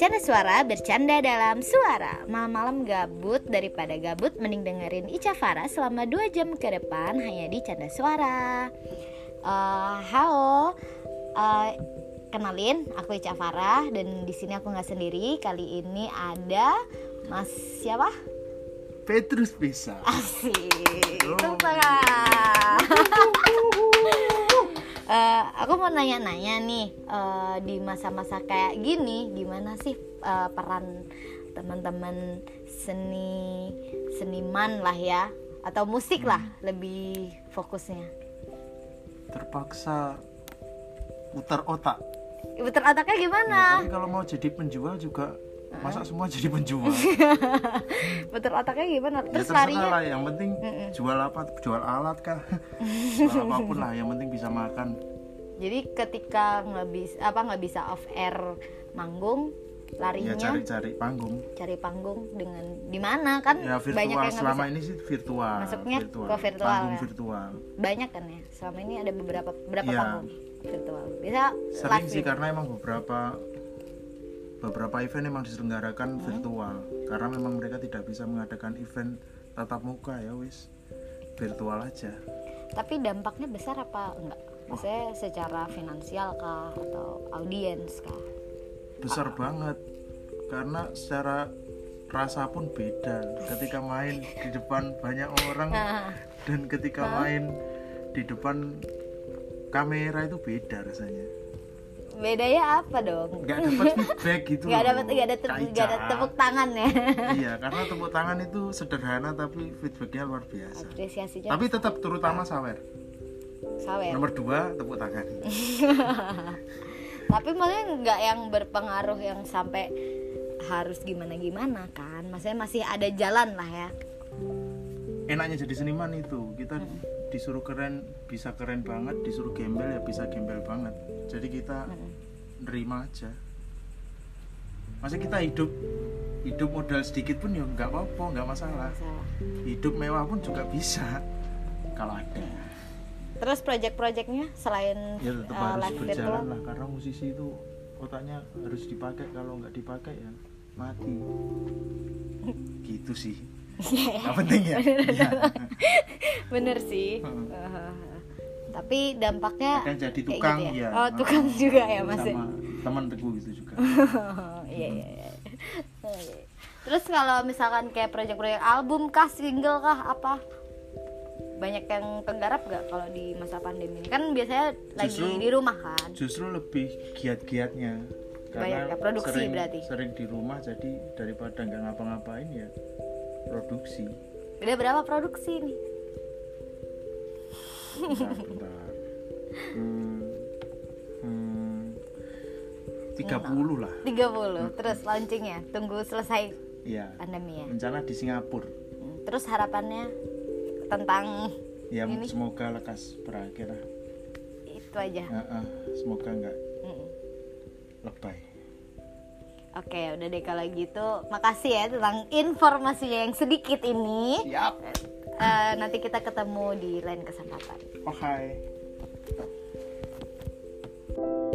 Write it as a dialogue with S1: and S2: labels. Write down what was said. S1: Canda suara bercanda dalam suara Malam-malam gabut daripada gabut Mending dengerin Ica Farah selama 2 jam ke depan Hanya di Canda Suara Eh, Halo Eh, Kenalin, aku Ica Farah Dan di sini aku nggak sendiri Kali ini ada Mas siapa?
S2: Petrus bisa.
S1: Asik
S2: Oh.
S1: Tepuk tangan. Eh, aku mau nanya-nanya nih eh, di masa-masa kayak gini gimana sih eh, peran teman-teman seni seniman lah ya atau musik lah
S2: Hmm.
S1: lebih fokusnya
S2: Terpaksa putar otak.
S1: puter otaknya gimana
S2: Ya, tapi kalau mau jadi penjual juga masa semua jadi penjual.
S1: puter otaknya gimana
S2: kan? ya
S1: terus
S2: terserah
S1: larinya
S2: lah yang penting jual apa, jual alat kah. jual apapun lah yang penting bisa makan.
S1: jadi ketika nggak bisa apa nggak bisa off air manggung
S2: Ya
S1: larinya cari.
S2: cari-cari panggung.
S1: panggung dengan di mana kan
S2: Ya
S1: banyak
S2: virtual
S1: yang nggak bisa
S2: selama ini sih virtual.
S1: Masuknya
S2: virtual.
S1: ke virtual
S2: Panggung
S1: ya?
S2: virtual.
S1: banyak kan ya selama ini ada beberapa berapa
S2: Iya.
S1: panggung virtual bisa
S2: Sering
S1: live
S2: sih
S1: gitu.
S2: karena emang beberapa beberapa event emang
S1: Hmm.
S2: diselenggarakan virtual karena memang mereka tidak bisa mengadakan event tatap muka ya wis virtual aja.
S1: tapi dampaknya besar apa enggak maksudnya secara finansial kah atau audiens kah Ah.
S2: besar banget karena secara rasa pun beda ketika main di depan banyak orang
S1: Ah. Nah,
S2: dan ketika main di depan kamera itu beda rasanya
S1: bedanya apa dong
S2: nggak dapat feedback gitu
S1: nggak
S2: loh,
S1: dapat nggak ada tepuk
S2: Kak Ica.
S1: nggak ada tepuk tangan ya
S2: iya karena tepuk tangan itu sederhana tapi feedbacknya luar biasa
S1: apresiasinya
S2: tapi tetap terutama sawer
S1: sawer
S2: nomor dua tepuk tangan
S1: tapi maksudnya nggak yang berpengaruh yang sampai harus gimana gimana kan maksudnya masih ada jalan lah ya
S2: enaknya jadi seniman itu kita disuruh keren bisa keren banget disuruh gembel ya bisa gembel banget jadi kita nerima aja masa kita hidup hidup modal sedikit pun ya nggak apa-apa nggak masalah
S1: Masalah.
S2: hidup mewah pun juga bisa kalau ada
S1: terus project-projectnya selain
S2: ya
S1: eh,
S2: tetap harus
S1: live virtual
S2: berjalan lah karena musisi itu otaknya harus dipakai kalau nggak dipakai ya mati gitu sih nggak penting ya Iya.
S1: bener sih
S2: Heeh.
S1: Eh, tapi dampaknya
S2: Kadang Hmm. jadi
S1: kayak gitu
S2: tukang,
S1: ya?
S2: ya.
S1: oh tukang
S2: Heeh.
S1: juga ya mas
S2: sama Hmm. teman teguh gitu juga
S1: iya iya iya. Oh, iya. terus kalau misalkan kayak proyek-proyek album kah single kah apa banyak yang tergarap gak kalau di masa pandemi ini kan biasanya lagi
S2: Justru-
S1: di rumah kan
S2: justru lebih giat-giatnya
S1: Banyak ya, produksi
S2: sering,
S1: berarti.
S2: sering di rumah jadi daripada nggak ngapa-ngapain ya produksi
S1: udah berapa produksi nih
S2: bentar, bentar. Hmm,
S1: Iya,
S2: hmm, 30 lah Hmm.
S1: 30 terus launchingnya tunggu selesai
S2: ya
S1: pandemi ya
S2: rencana di Singapura
S1: Hmm, terus harapannya tentang
S2: ya
S1: Ini.
S2: semoga lekas berakhir lah
S1: itu aja
S2: Ah, ah, semoga nggak
S1: Mm-mm.
S2: lebay
S1: Oke, udah deh kalau gitu. Makasih ya tentang informasinya yang sedikit ini.
S2: siap
S1: Eh, nanti kita ketemu di lain kesempatan.
S2: oh hai